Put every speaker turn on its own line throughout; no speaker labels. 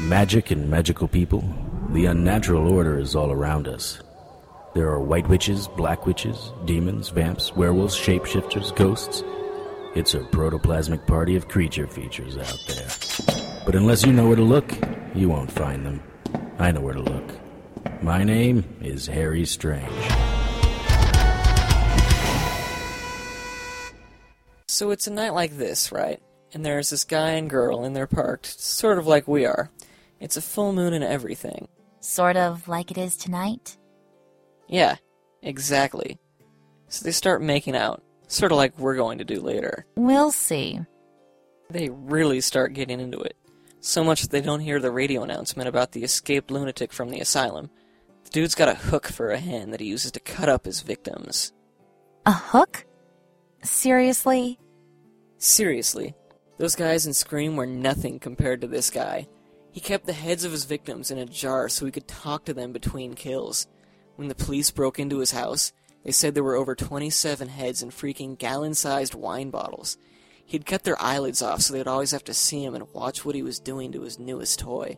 Magic and magical people, the unnatural order is all around us. There are white witches, black witches, demons, vamps, werewolves, shapeshifters, ghosts. It's a protoplasmic party of creature features out there. But unless you know where to look, you won't find them. I know where to look. My name is Harry Strange.
So it's a night like this, right? And there's this guy and girl, and they're parked, sort of like we are. It's a full moon and everything.
Sort of like it is tonight?
Yeah, exactly. So they start making out, sort of like we're going to do later.
We'll see.
They really start getting into it. So much that they don't hear the radio announcement about the escaped lunatic from the asylum. The dude's got a hook for a hand that he uses to cut up his victims.
A hook? Seriously?
Seriously, those guys in Scream were nothing compared to this guy. He kept the heads of his victims in a jar so he could talk to them between kills. When the police broke into his house, they said there were over 27 heads in freaking gallon sized wine bottles. He'd cut their eyelids off so they'd always have to see him and watch what he was doing to his newest toy.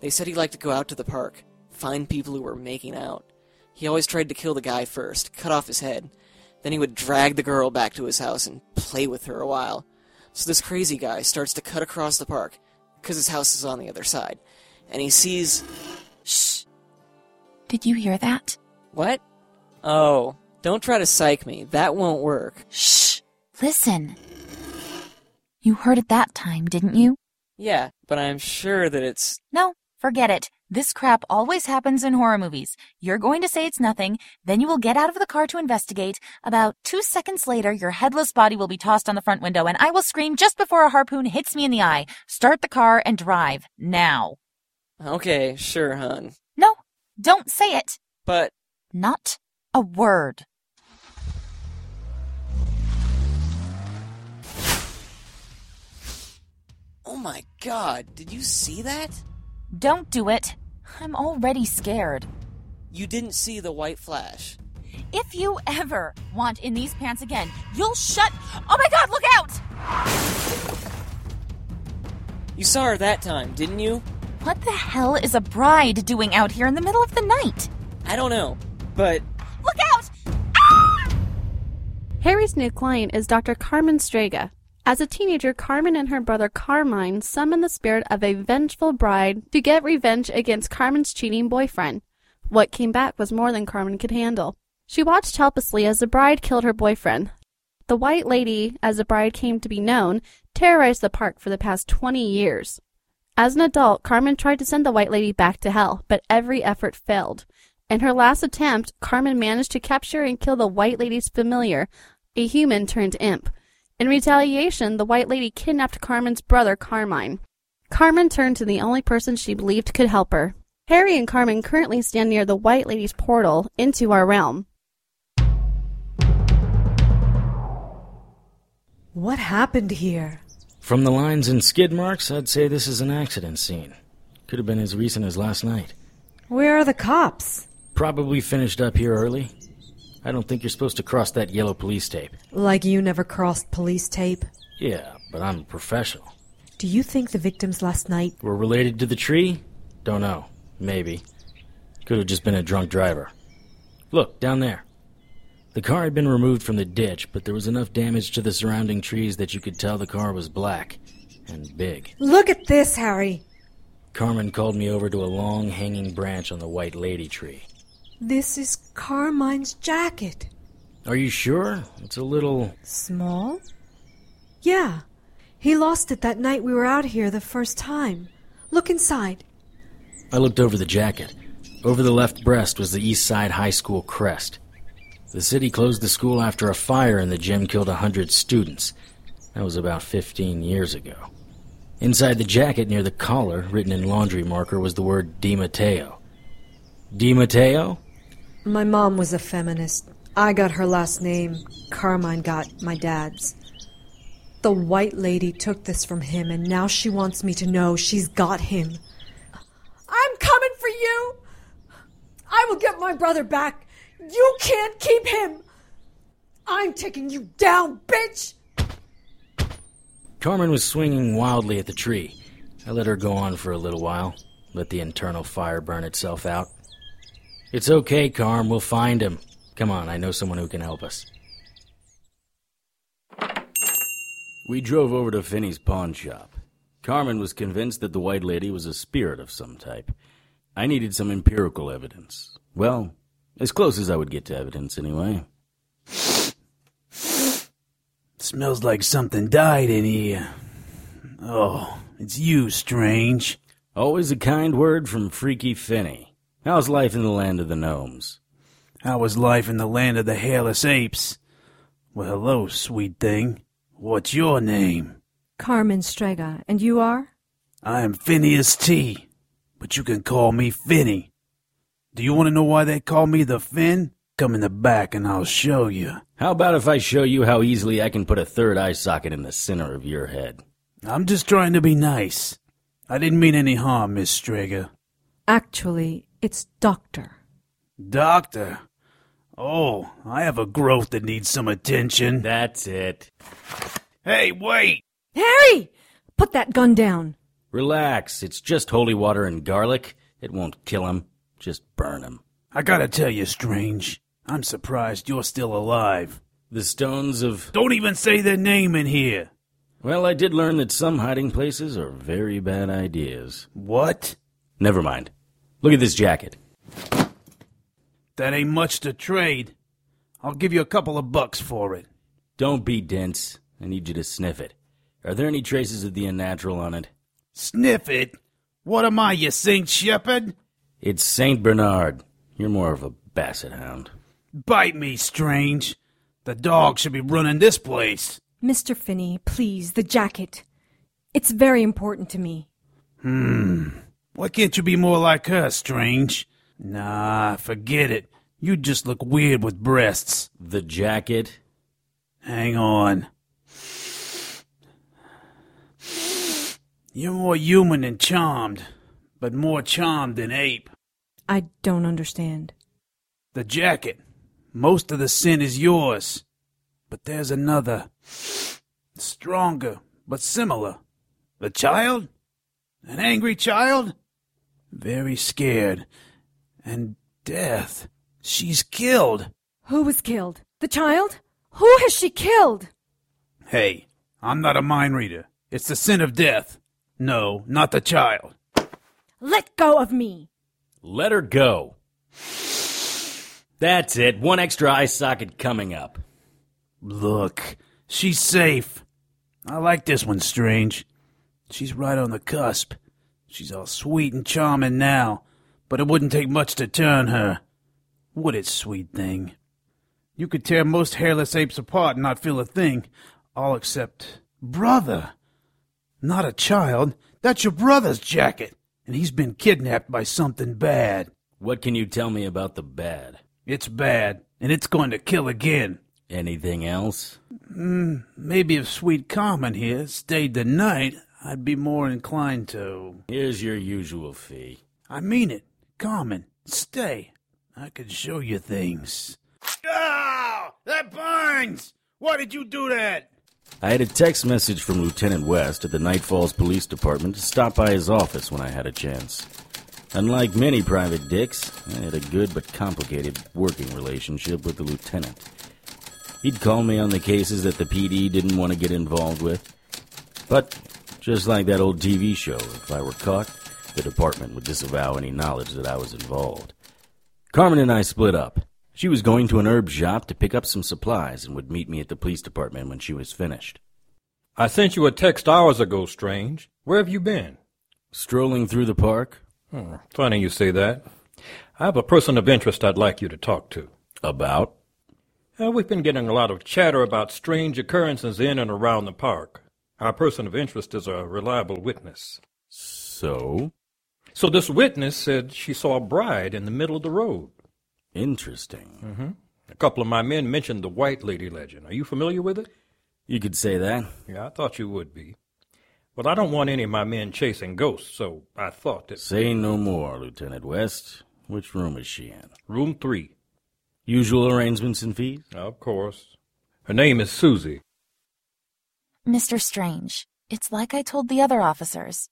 They said he liked to go out to the park, find people who were making out. He always tried to kill the guy first, cut off his head. Then he would drag the girl back to his house and play with her a while. So this crazy guy starts to cut across the park, because his house is on the other side. And he sees.
Shh. Did you hear that?
What? Oh, don't try to psych me. That won't work.
Shh. Listen. You heard it that time, didn't you?
Yeah, but I'm sure that it's.
No, forget it. This crap always happens in horror movies. You're going to say it's nothing, then you will get out of the car to investigate. About two seconds later, your headless body will be tossed on the front window, and I will scream just before a harpoon hits me in the eye. Start the car and drive. Now.
Okay, sure, hun.
No, don't say it.
But.
Not a word.
Oh my god, did you see that?
Don't do it. I'm already scared.
You didn't see the white flash.
If you ever want in these pants again, you'll shut. Oh my god, look out!
You saw her that time, didn't you?
What the hell is a bride doing out here in the middle of the night?
I don't know, but
Look out!
Harry's new client is Dr. Carmen Strega. As a teenager, Carmen and her brother Carmine summon the spirit of a vengeful bride to get revenge against Carmen's cheating boyfriend. What came back was more than Carmen could handle. She watched helplessly as the bride killed her boyfriend. The White Lady, as the bride came to be known, terrorized the park for the past 20 years. As an adult, Carmen tried to send the White Lady back to hell, but every effort failed. In her last attempt, Carmen managed to capture and kill the White Lady's familiar, a human turned imp. In retaliation, the White Lady kidnapped Carmen's brother, Carmine. Carmen turned to the only person she believed could help her. Harry and Carmen currently stand near the White Lady's portal into our realm.
What happened here?
From the lines and skid marks, I'd say this is an accident scene. Could have been as recent as last night.
Where are the cops?
Probably finished up here early. I don't think you're supposed to cross that yellow police tape.
Like you never crossed police tape.
Yeah, but I'm a professional.
Do you think the victims last night?
We're related to the tree? Don't know. Maybe. Could have just been a drunk driver. Look, down there. The car had been removed from the ditch, but there was enough damage to the surrounding trees that you could tell the car was black and big.
Look at this, Harry.
Carmen called me over to a long hanging branch on the white lady tree.
This is Carmine's jacket.
Are you sure? It's a little.
Small? Yeah. He lost it that night we were out here the first time. Look inside.
I looked over the jacket. Over the left breast was the East Side High School crest. The city closed the school after a fire in the gym killed a hundred students. That was about 15 years ago. Inside the jacket near the collar, written in laundry marker, was the word Di Matteo. Di Matteo?
My mom was a feminist. I got her last name. Carmine got my dad's. The white lady took this from him, and now she wants me to know she's got him. I'm coming for you! I will get my brother back! You can't keep him! I'm taking you down, bitch!
Carmen was swinging wildly at the tree. I let her go on for a little while, let the internal fire burn itself out. It's okay, Carm, we'll find him. Come on, I know someone who can help us. We drove over to Finney's pawn shop. Carmen was convinced that the white lady was a spirit of some type. I needed some empirical evidence. Well, as close as I would get to evidence, anyway.
Smells like something died in here. Oh, it's you, Strange.
Always a kind word from Freaky Finney. How's life in the land of the gnomes?
How is life in the land of the hairless apes? Well, hello, sweet thing. What's your name?
Carmen Strega, and you are?
I am Phineas T, but you can call me Finny. Do you want to know why they call me the Finn? Come in the back and I'll show you.
How about if I show you how easily I can put a third eye socket in the center of your head?
I'm just trying to be nice. I didn't mean any harm, Miss Strager.
Actually, it's Doctor.
Doctor? Oh, I have a growth that needs some attention.
That's it.
Hey, wait!
Harry! Put that gun down.
Relax, it's just holy water and garlic. It won't kill him, just burn him.
I gotta tell you, Strange, I'm surprised you're still alive.
The stones of.
Don't even say their name in here!
Well, I did learn that some hiding places are very bad ideas.
What?
Never mind. Look at this jacket.
That ain't much to trade. I'll give you a couple of bucks for it.
Don't be dense. I need you to sniff it. Are there any traces of the unnatural on it?
Sniff it? What am I, you Saint Shepherd?
It's St. Bernard. You're more of a basset hound.
Bite me, Strange. The dog should be running this place.
Mr. Finney, please, the jacket. It's very important to me.
Hmm. Why can't you be more like her, Strange? Nah, forget it. You just look weird with breasts.
The jacket?
Hang on. You're more human than charmed, but more charmed than ape.
I don't understand.
The jacket. Most of the sin is yours. But there's another. Stronger, but similar. A child? An angry child? Very scared. And death. She's killed.
Who was killed? The child? Who has she killed?
Hey, I'm not a mind reader. It's the sin of death. No, not the child.
Let go of me!
Let her go. That's it. One extra eye socket coming up.
Look, she's safe. I like this one, Strange. She's right on the cusp. She's all sweet and charming now, but it wouldn't take much to turn her. Would it, sweet thing? You could tear most hairless apes apart and not feel a thing, all except brother. Not a child. That's your brother's jacket, and he's been kidnapped by something bad.
What can you tell me about the bad?
It's bad, and it's going to kill again.
Anything else?
Mm, maybe if Sweet Carmen here stayed the night, I'd be more inclined to.
Here's your usual fee.
I mean it. Carmen, stay. I can show you things. Ow! That burns! Why did you do that?
I had a text message from Lieutenant West at the Night Falls Police Department to stop by his office when I had a chance. Unlike many private dicks, I had a good but complicated working relationship with the lieutenant. He'd call me on the cases that the PD didn't want to get involved with. But, just like that old TV show, if I were caught, the department would disavow any knowledge that I was involved. Carmen and I split up. She was going to an herb shop to pick up some supplies and would meet me at the police department when she was finished.
I sent you a text hours ago, Strange. Where have you been?
Strolling through the park.
Hmm, funny you say that. I have a person of interest I'd like you to talk to.
About?
Uh, we've been getting a lot of chatter about strange occurrences in and around the park. Our person of interest is a reliable witness.
So?
So this witness said she saw a bride in the middle of the road.
Interesting.
Mm-hmm. A couple of my men mentioned the White Lady legend. Are you familiar with it?
You could say that.
Yeah, I thought you would be. Well, I don't want any of my men chasing ghosts, so I thought that.
Say no more, Lieutenant West. Which room is she in?
Room three.
Usual arrangements and fees?
Of course. Her name is Susie.
Mr. Strange, it's like I told the other officers.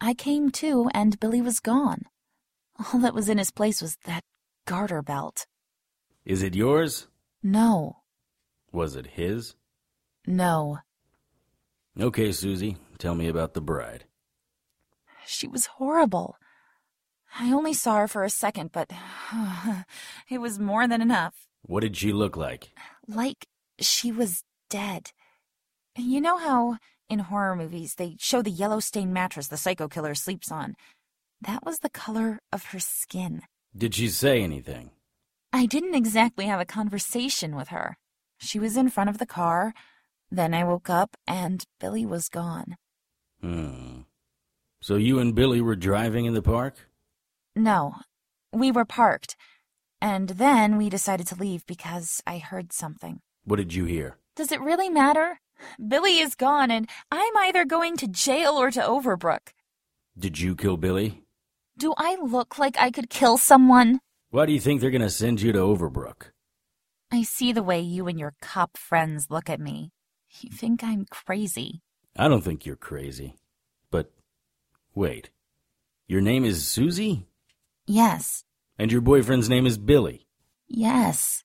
I came to, and Billy was gone. All that was in his place was that garter belt.
Is it yours?
No,
Was it his?
no.
Okay, Susie, tell me about the bride.
She was horrible. I only saw her for a second, but it was more than enough.
What did she look like?
Like she was dead. You know how in horror movies they show the yellow stained mattress the psycho killer sleeps on? That was the color of her skin.
Did she say anything?
I didn't exactly have a conversation with her. She was in front of the car. Then I woke up and Billy was gone.
Hmm. So you and Billy were driving in the park?
No, we were parked. And then we decided to leave because I heard something.
What did you hear?
Does it really matter? Billy is gone, and I'm either going to jail or to Overbrook.
Did you kill Billy?
Do I look like I could kill someone?
Why do you think they're going to send you to Overbrook?
I see the way you and your cop friends look at me. You think I'm crazy.
I don't think you're crazy. But wait. Your name is Susie?
Yes,
And your boyfriend's name is Billy.
yes.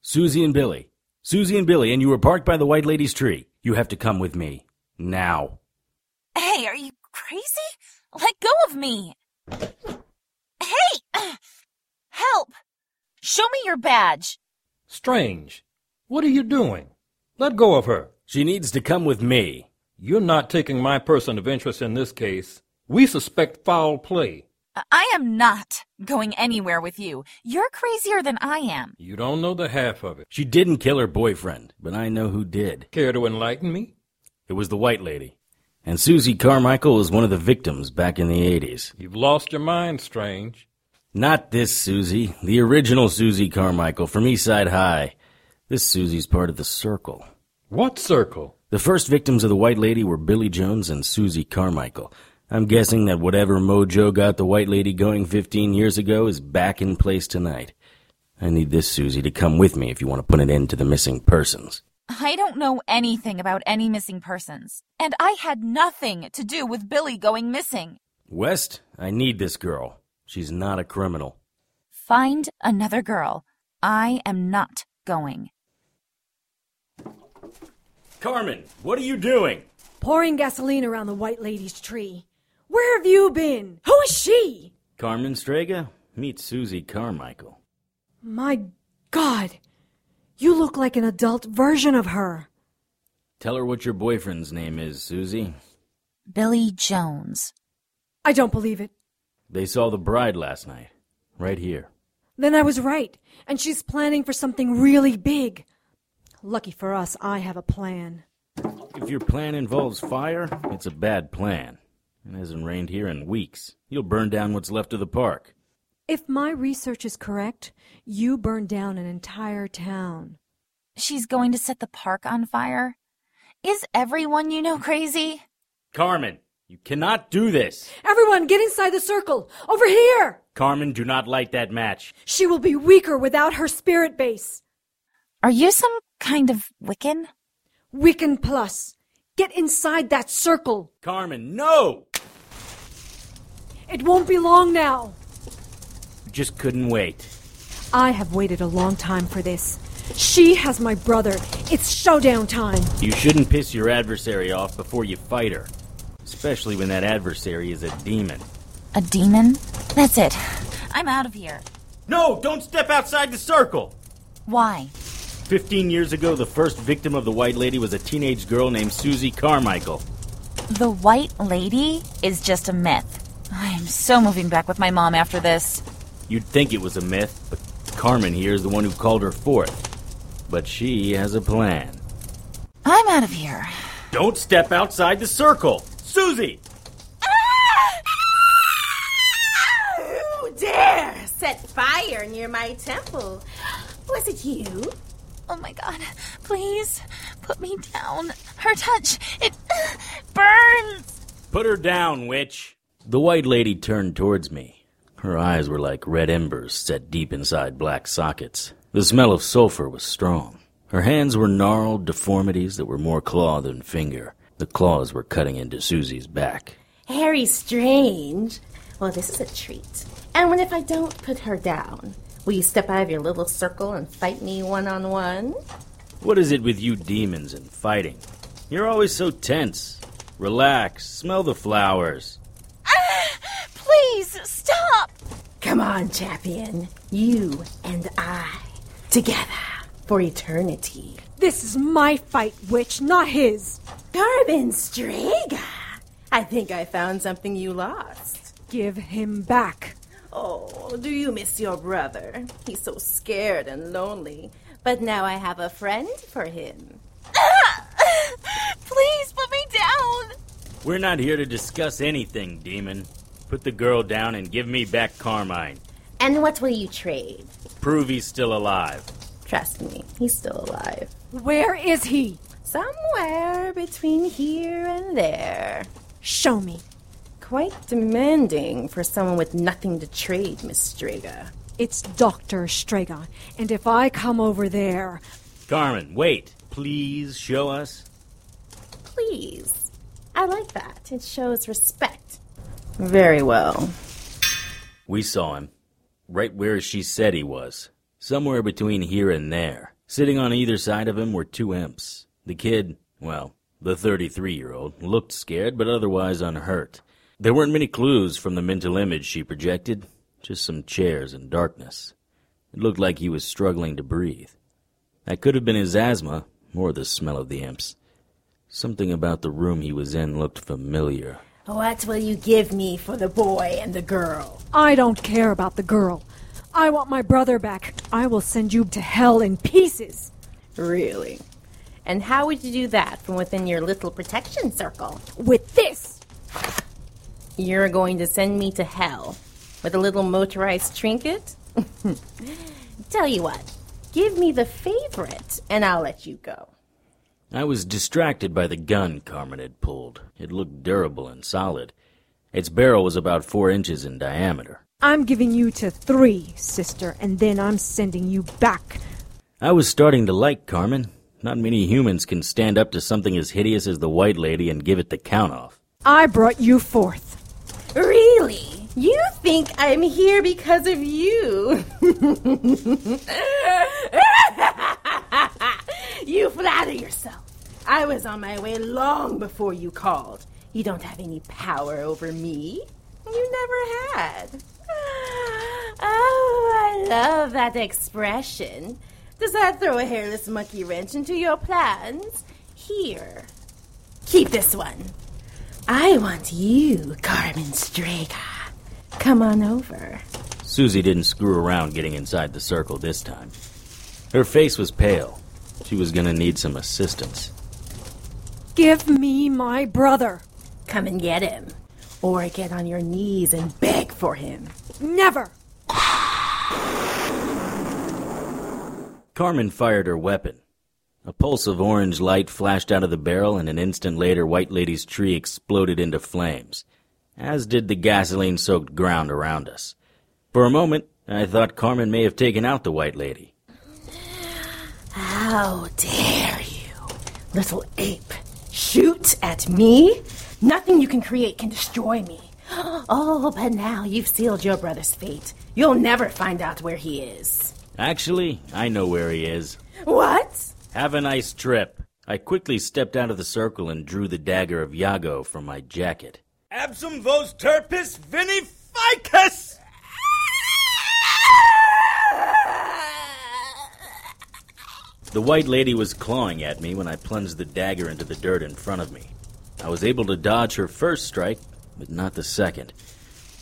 Susie and Billy. Susie and Billy, and you were parked by the white lady's tree. You have to come with me. Now.
Hey, are you crazy? Let go of me! Hey! Help! Show me your badge!
Strange. What are you doing? Let go of her.
She needs to come with me.
You're not taking my person of interest in this case. We suspect foul play.
I- I am not going anywhere with you. You're crazier than I am.
You don't know the half of it.
She didn't kill her boyfriend, but I know who did.
Care to enlighten me?
It was the white lady. And Susie Carmichael was one of the victims back in the 80s.
You've lost your mind, Strange.
Not this Susie, the original Susie Carmichael from East Side High. This Susie's part of the circle.
What circle?
The first victims of the White Lady were Billy Jones and Susie Carmichael. I'm guessing that whatever mojo got the White Lady going 15 years ago is back in place tonight. I need this Susie to come with me if you want to put an end to the missing persons.
I don't know anything about any missing persons, and I had nothing to do with Billy going missing.
West, I need this girl. She's not a criminal.
Find another girl. I am not going.
Carmen, what are you doing?
Pouring gasoline around the white lady's tree. Where have you been? Who is she?
Carmen Strega, meet Susie Carmichael.
My God! You look like an adult version of her.
Tell her what your boyfriend's name is, Susie.
Billy Jones.
I don't believe it.
They saw the bride last night, right here.
Then I was right, and she's planning for something really big. Lucky for us, I have a plan.
If your plan involves fire, it's a bad plan. It hasn't rained here in weeks. You'll burn down what's left of the park.
If my research is correct, you burned down an entire town.
She's going to set the park on fire? Is everyone you know crazy?
Carmen, you cannot do this.
Everyone, get inside the circle! Over here!
Carmen, do not light that match.
She will be weaker without her spirit base.
Are you some kind of Wiccan?
Weaken plus. Get inside that circle.
Carmen, no!
It won't be long now.
Just couldn't wait.
I have waited a long time for this. She has my brother. It's showdown time.
You shouldn't piss your adversary off before you fight her, especially when that adversary is a demon.
A demon? That's it. I'm out of here.
No, don't step outside the circle!
Why?
15 years ago, the first victim of the White Lady was a teenage girl named Susie Carmichael.
The White Lady is just a myth. I am so moving back with my mom after this.
You'd think it was a myth, but Carmen here is the one who called her forth. But she has a plan.
I'm out of here.
Don't step outside the circle! Susie!
Ah! Who dare set fire near my temple? Was it you?
Oh my god. Please put me down. Her touch, it burns.
Put her down, witch! The White Lady turned towards me. Her eyes were like red embers set deep inside black sockets. The smell of sulfur was strong. Her hands were gnarled deformities that were more claw than finger. The claws were cutting into Susie's back.
Harry Strange. Well, this is a treat. And what if I don't put her down? Will you step out of your little circle and fight me one on one?
What is it with you demons and fighting? You're always so tense. Relax, smell the flowers.
Please stop.
Ah! Come on, champion. You and I. Together. For eternity.
This is my fight, witch, not his.
Garvin Strega. I think I found something you lost.
Give him back.
Oh, do you miss your brother? He's so scared and lonely. But now I have a friend for him.
Please put me down.
We're not here to discuss anything, demon. Put the girl down and give me back Carmine.
And what will you trade?
Prove he's still alive.
Trust me, he's still alive.
Where is he?
Somewhere between here and there.
Show me.
Quite demanding for someone with nothing to trade, Miss Strega.
It's Dr. Stragon, and if I come over there,
Carmen, wait. Please show us.
Please. I like that. It shows respect. Very well.
We saw him. Right where she said he was. Somewhere between here and there. Sitting on either side of him were two imps. The kid, well, the 33 year old, looked scared but otherwise unhurt. There weren't many clues from the mental image she projected, just some chairs and darkness. It looked like he was struggling to breathe. That could have been his asthma, or the smell of the imps. Something about the room he was in looked familiar.
What will you give me for the boy and the girl?
I don't care about the girl. I want my brother back. I will send you to hell in pieces.
Really? And how would you do that from within your little protection circle?
With this!
You're going to send me to hell with a little motorized trinket? Tell you what, give me the favorite and I'll let you go.
I was distracted by the gun Carmen had pulled. It looked durable and solid. Its barrel was about four inches in diameter.
I'm giving you to three, sister, and then I'm sending you back.
I was starting to like Carmen. Not many humans can stand up to something as hideous as the White Lady and give it the count off.
I brought you forth.
Really? You think I'm here because of you? you flatter yourself. I was on my way long before you called. You don't have any power over me. You never had. Oh, I love that expression. Does that throw a hairless monkey wrench into your plans? Here. Keep this one. I want you, Carmen Strega. Come on over.
Susie didn't screw around getting inside the circle this time. Her face was pale. She was going to need some assistance.
Give me my brother.
Come and get him. Or get on your knees and beg for him.
Never!
Carmen fired her weapon. A pulse of orange light flashed out of the barrel, and an instant later, White Lady's tree exploded into flames, as did the gasoline soaked ground around us. For a moment, I thought Carmen may have taken out the White Lady.
How dare you, little ape? Shoot at me? Nothing you can create can destroy me. Oh, but now you've sealed your brother's fate. You'll never find out where he is.
Actually, I know where he is.
What?
Have a nice trip. I quickly stepped out of the circle and drew the dagger of Yago from my jacket. Absum vos turpis vinificus! The white lady was clawing at me when I plunged the dagger into the dirt in front of me. I was able to dodge her first strike, but not the second.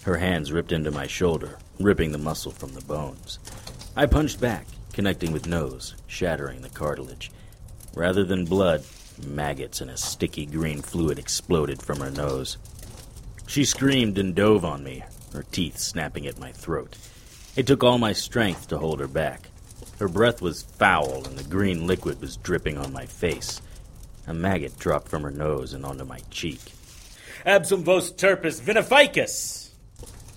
Her hands ripped into my shoulder, ripping the muscle from the bones. I punched back, connecting with nose, shattering the cartilage. Rather than blood, maggots and a sticky green fluid exploded from her nose. She screamed and dove on me, her teeth snapping at my throat. It took all my strength to hold her back. Her breath was foul, and the green liquid was dripping on my face. A maggot dropped from her nose and onto my cheek. Absum vos turpis vinificus!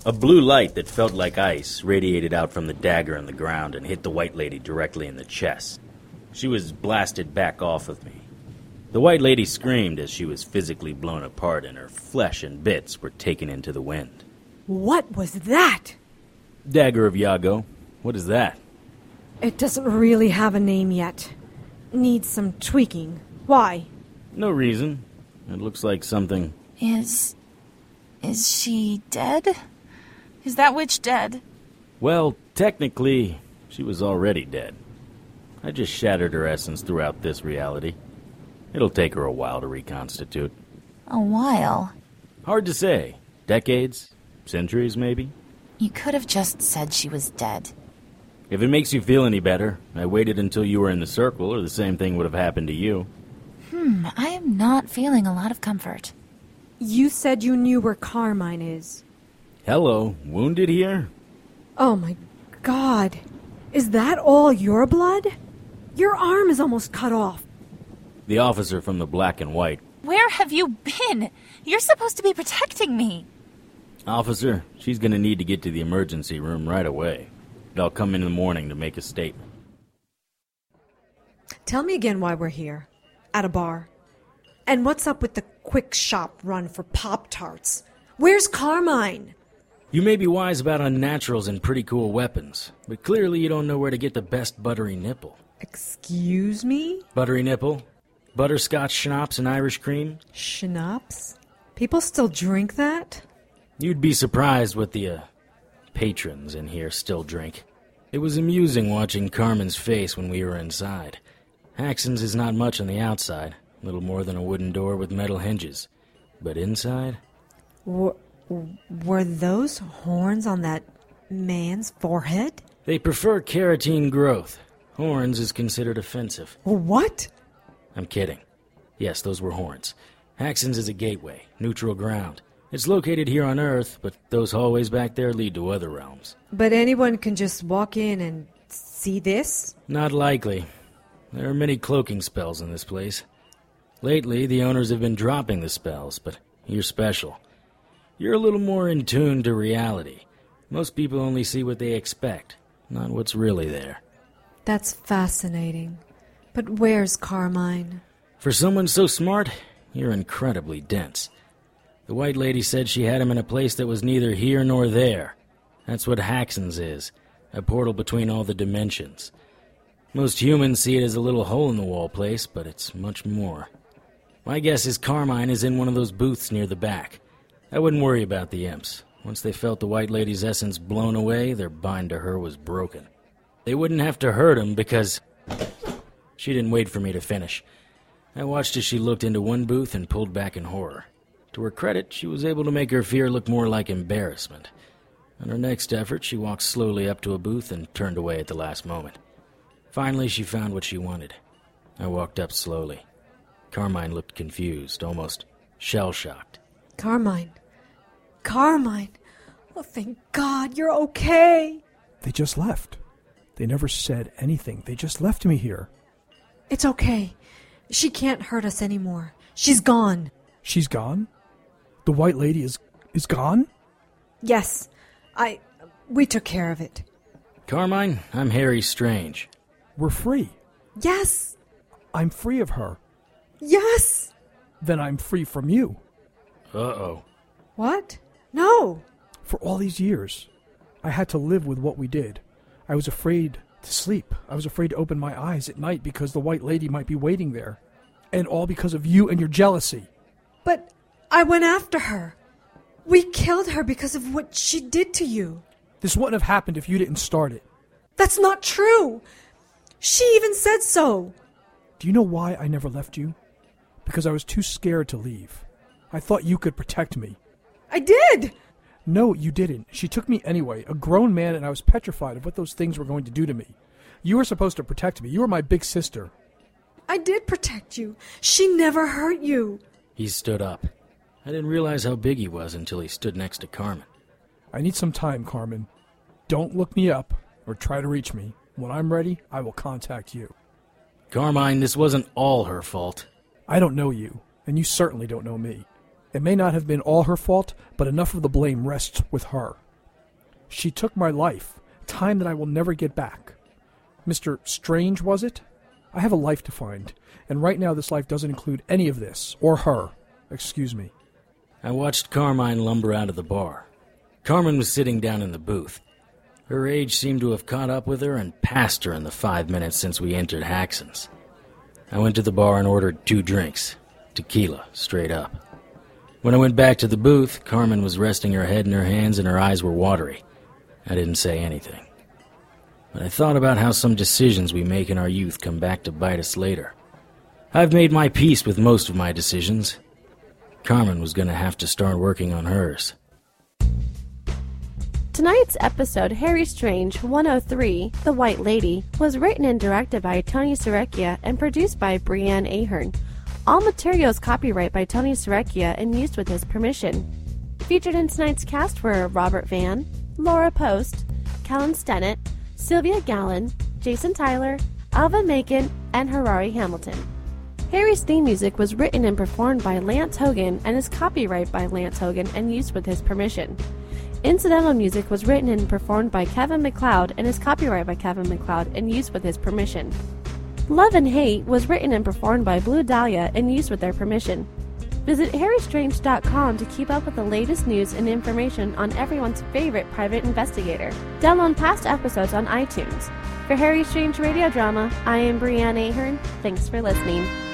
A blue light that felt like ice radiated out from the dagger in the ground and hit the white lady directly in the chest. She was blasted back off of me. The White Lady screamed as she was physically blown apart and her flesh and bits were taken into the wind.
What was that?
Dagger of Yago, what is that?
It doesn't really have a name yet. Needs some tweaking. Why?
No reason. It looks like something.
Is. is she dead? Is that witch dead?
Well, technically, she was already dead. I just shattered her essence throughout this reality. It'll take her a while to reconstitute.
A while.
Hard to say. Decades? Centuries, maybe?
You could have just said she was dead.
If it makes you feel any better, I waited until you were in the circle, or the same thing would have happened to you.
hmm, I am not feeling a lot of comfort.
You said you knew where Carmine is.
Hello, wounded here?
Oh my god. Is that all your blood? Your arm is almost cut off.
The officer from the black and white.
Where have you been? You're supposed to be protecting me.
Officer, she's gonna need to get to the emergency room right away. But I'll come in the morning to make a statement.
Tell me again why we're here. At a bar. And what's up with the quick shop run for Pop Tarts? Where's Carmine?
You may be wise about unnaturals and pretty cool weapons, but clearly you don't know where to get the best buttery nipple.
Excuse me?
Buttery nipple? Butterscotch schnapps and Irish cream?
Schnapps? People still drink that?
You'd be surprised what the uh, patrons in here still drink. It was amusing watching Carmen's face when we were inside. Axon's is not much on the outside, little more than a wooden door with metal hinges. But inside?
Were, were those horns on that man's forehead?
They prefer carotene growth. Horns is considered offensive.
What?
I'm kidding. Yes, those were horns. Axon's is a gateway, neutral ground. It's located here on Earth, but those hallways back there lead to other realms.
But anyone can just walk in and see this?
Not likely. There are many cloaking spells in this place. Lately, the owners have been dropping the spells, but you're special. You're a little more in tune to reality. Most people only see what they expect, not what's really there.
That's fascinating. But where's Carmine?
For someone so smart, you're incredibly dense. The white lady said she had him in a place that was neither here nor there. That's what Haxon's is a portal between all the dimensions. Most humans see it as a little hole in the wall place, but it's much more. My guess is Carmine is in one of those booths near the back. I wouldn't worry about the imps. Once they felt the white lady's essence blown away, their bind to her was broken. They wouldn't have to hurt him because. She didn't wait for me to finish. I watched as she looked into one booth and pulled back in horror. To her credit, she was able to make her fear look more like embarrassment. On her next effort, she walked slowly up to a booth and turned away at the last moment. Finally, she found what she wanted. I walked up slowly. Carmine looked confused, almost shell shocked.
Carmine. Carmine. Oh, thank God, you're okay.
They just left. They never said anything. They just left me here.
It's okay. She can't hurt us anymore. She's gone.
She's gone? The white lady is is gone?
Yes, I. We took care of it.
Carmine, I'm Harry Strange.
We're free.
Yes,
I'm free of her.
yes.
Then I'm free from you.
Uh oh.
What? No.
For all these years, I had to live with what we did. I was afraid to sleep. I was afraid to open my eyes at night because the white lady might be waiting there. And all because of you and your jealousy.
But I went after her. We killed her because of what she did to you.
This wouldn't have happened if you didn't start it.
That's not true. She even said so.
Do you know why I never left you? Because I was too scared to leave. I thought you could protect me.
I did.
No, you didn't. She took me anyway, a grown man, and I was petrified of what those things were going to do to me. You were supposed to protect me. You were my big sister.
I did protect you. She never hurt you.
He stood up. I didn't realize how big he was until he stood next to Carmen.
I need some time, Carmen. Don't look me up or try to reach me. When I'm ready, I will contact you.
Carmine, this wasn't all her fault.
I don't know you, and you certainly don't know me. It may not have been all her fault, but enough of the blame rests with her. She took my life, time that I will never get back. Mr. Strange, was it? I have a life to find, and right now this life doesn't include any of this, or her. Excuse me.
I watched Carmine lumber out of the bar. Carmen was sitting down in the booth. Her age seemed to have caught up with her and passed her in the five minutes since we entered Haxon's. I went to the bar and ordered two drinks tequila, straight up. When I went back to the booth, Carmen was resting her head in her hands and her eyes were watery. I didn't say anything. But I thought about how some decisions we make in our youth come back to bite us later. I've made my peace with most of my decisions. Carmen was going to have to start working on hers.
Tonight's episode, Harry Strange 103 The White Lady, was written and directed by Tony Serecchia and produced by Brianne Ahern. All materials copyright by Tony Serecchia and used with his permission. Featured in tonight's cast were Robert Van, Laura Post, Kellen Stennett, Sylvia Gallen, Jason Tyler, Alva Macon, and Harari Hamilton. Harry's theme music was written and performed by Lance Hogan and is copyright by Lance Hogan and used with his permission. Incidental music was written and performed by Kevin McLeod and is copyright by Kevin McLeod and used with his permission. Love and Hate was written and performed by Blue Dahlia and used with their permission. Visit harrystrange.com to keep up with the latest news and information on everyone's favorite private investigator. Download past episodes on iTunes. For Harry Strange Radio Drama, I am Brianne Ahern. Thanks for listening.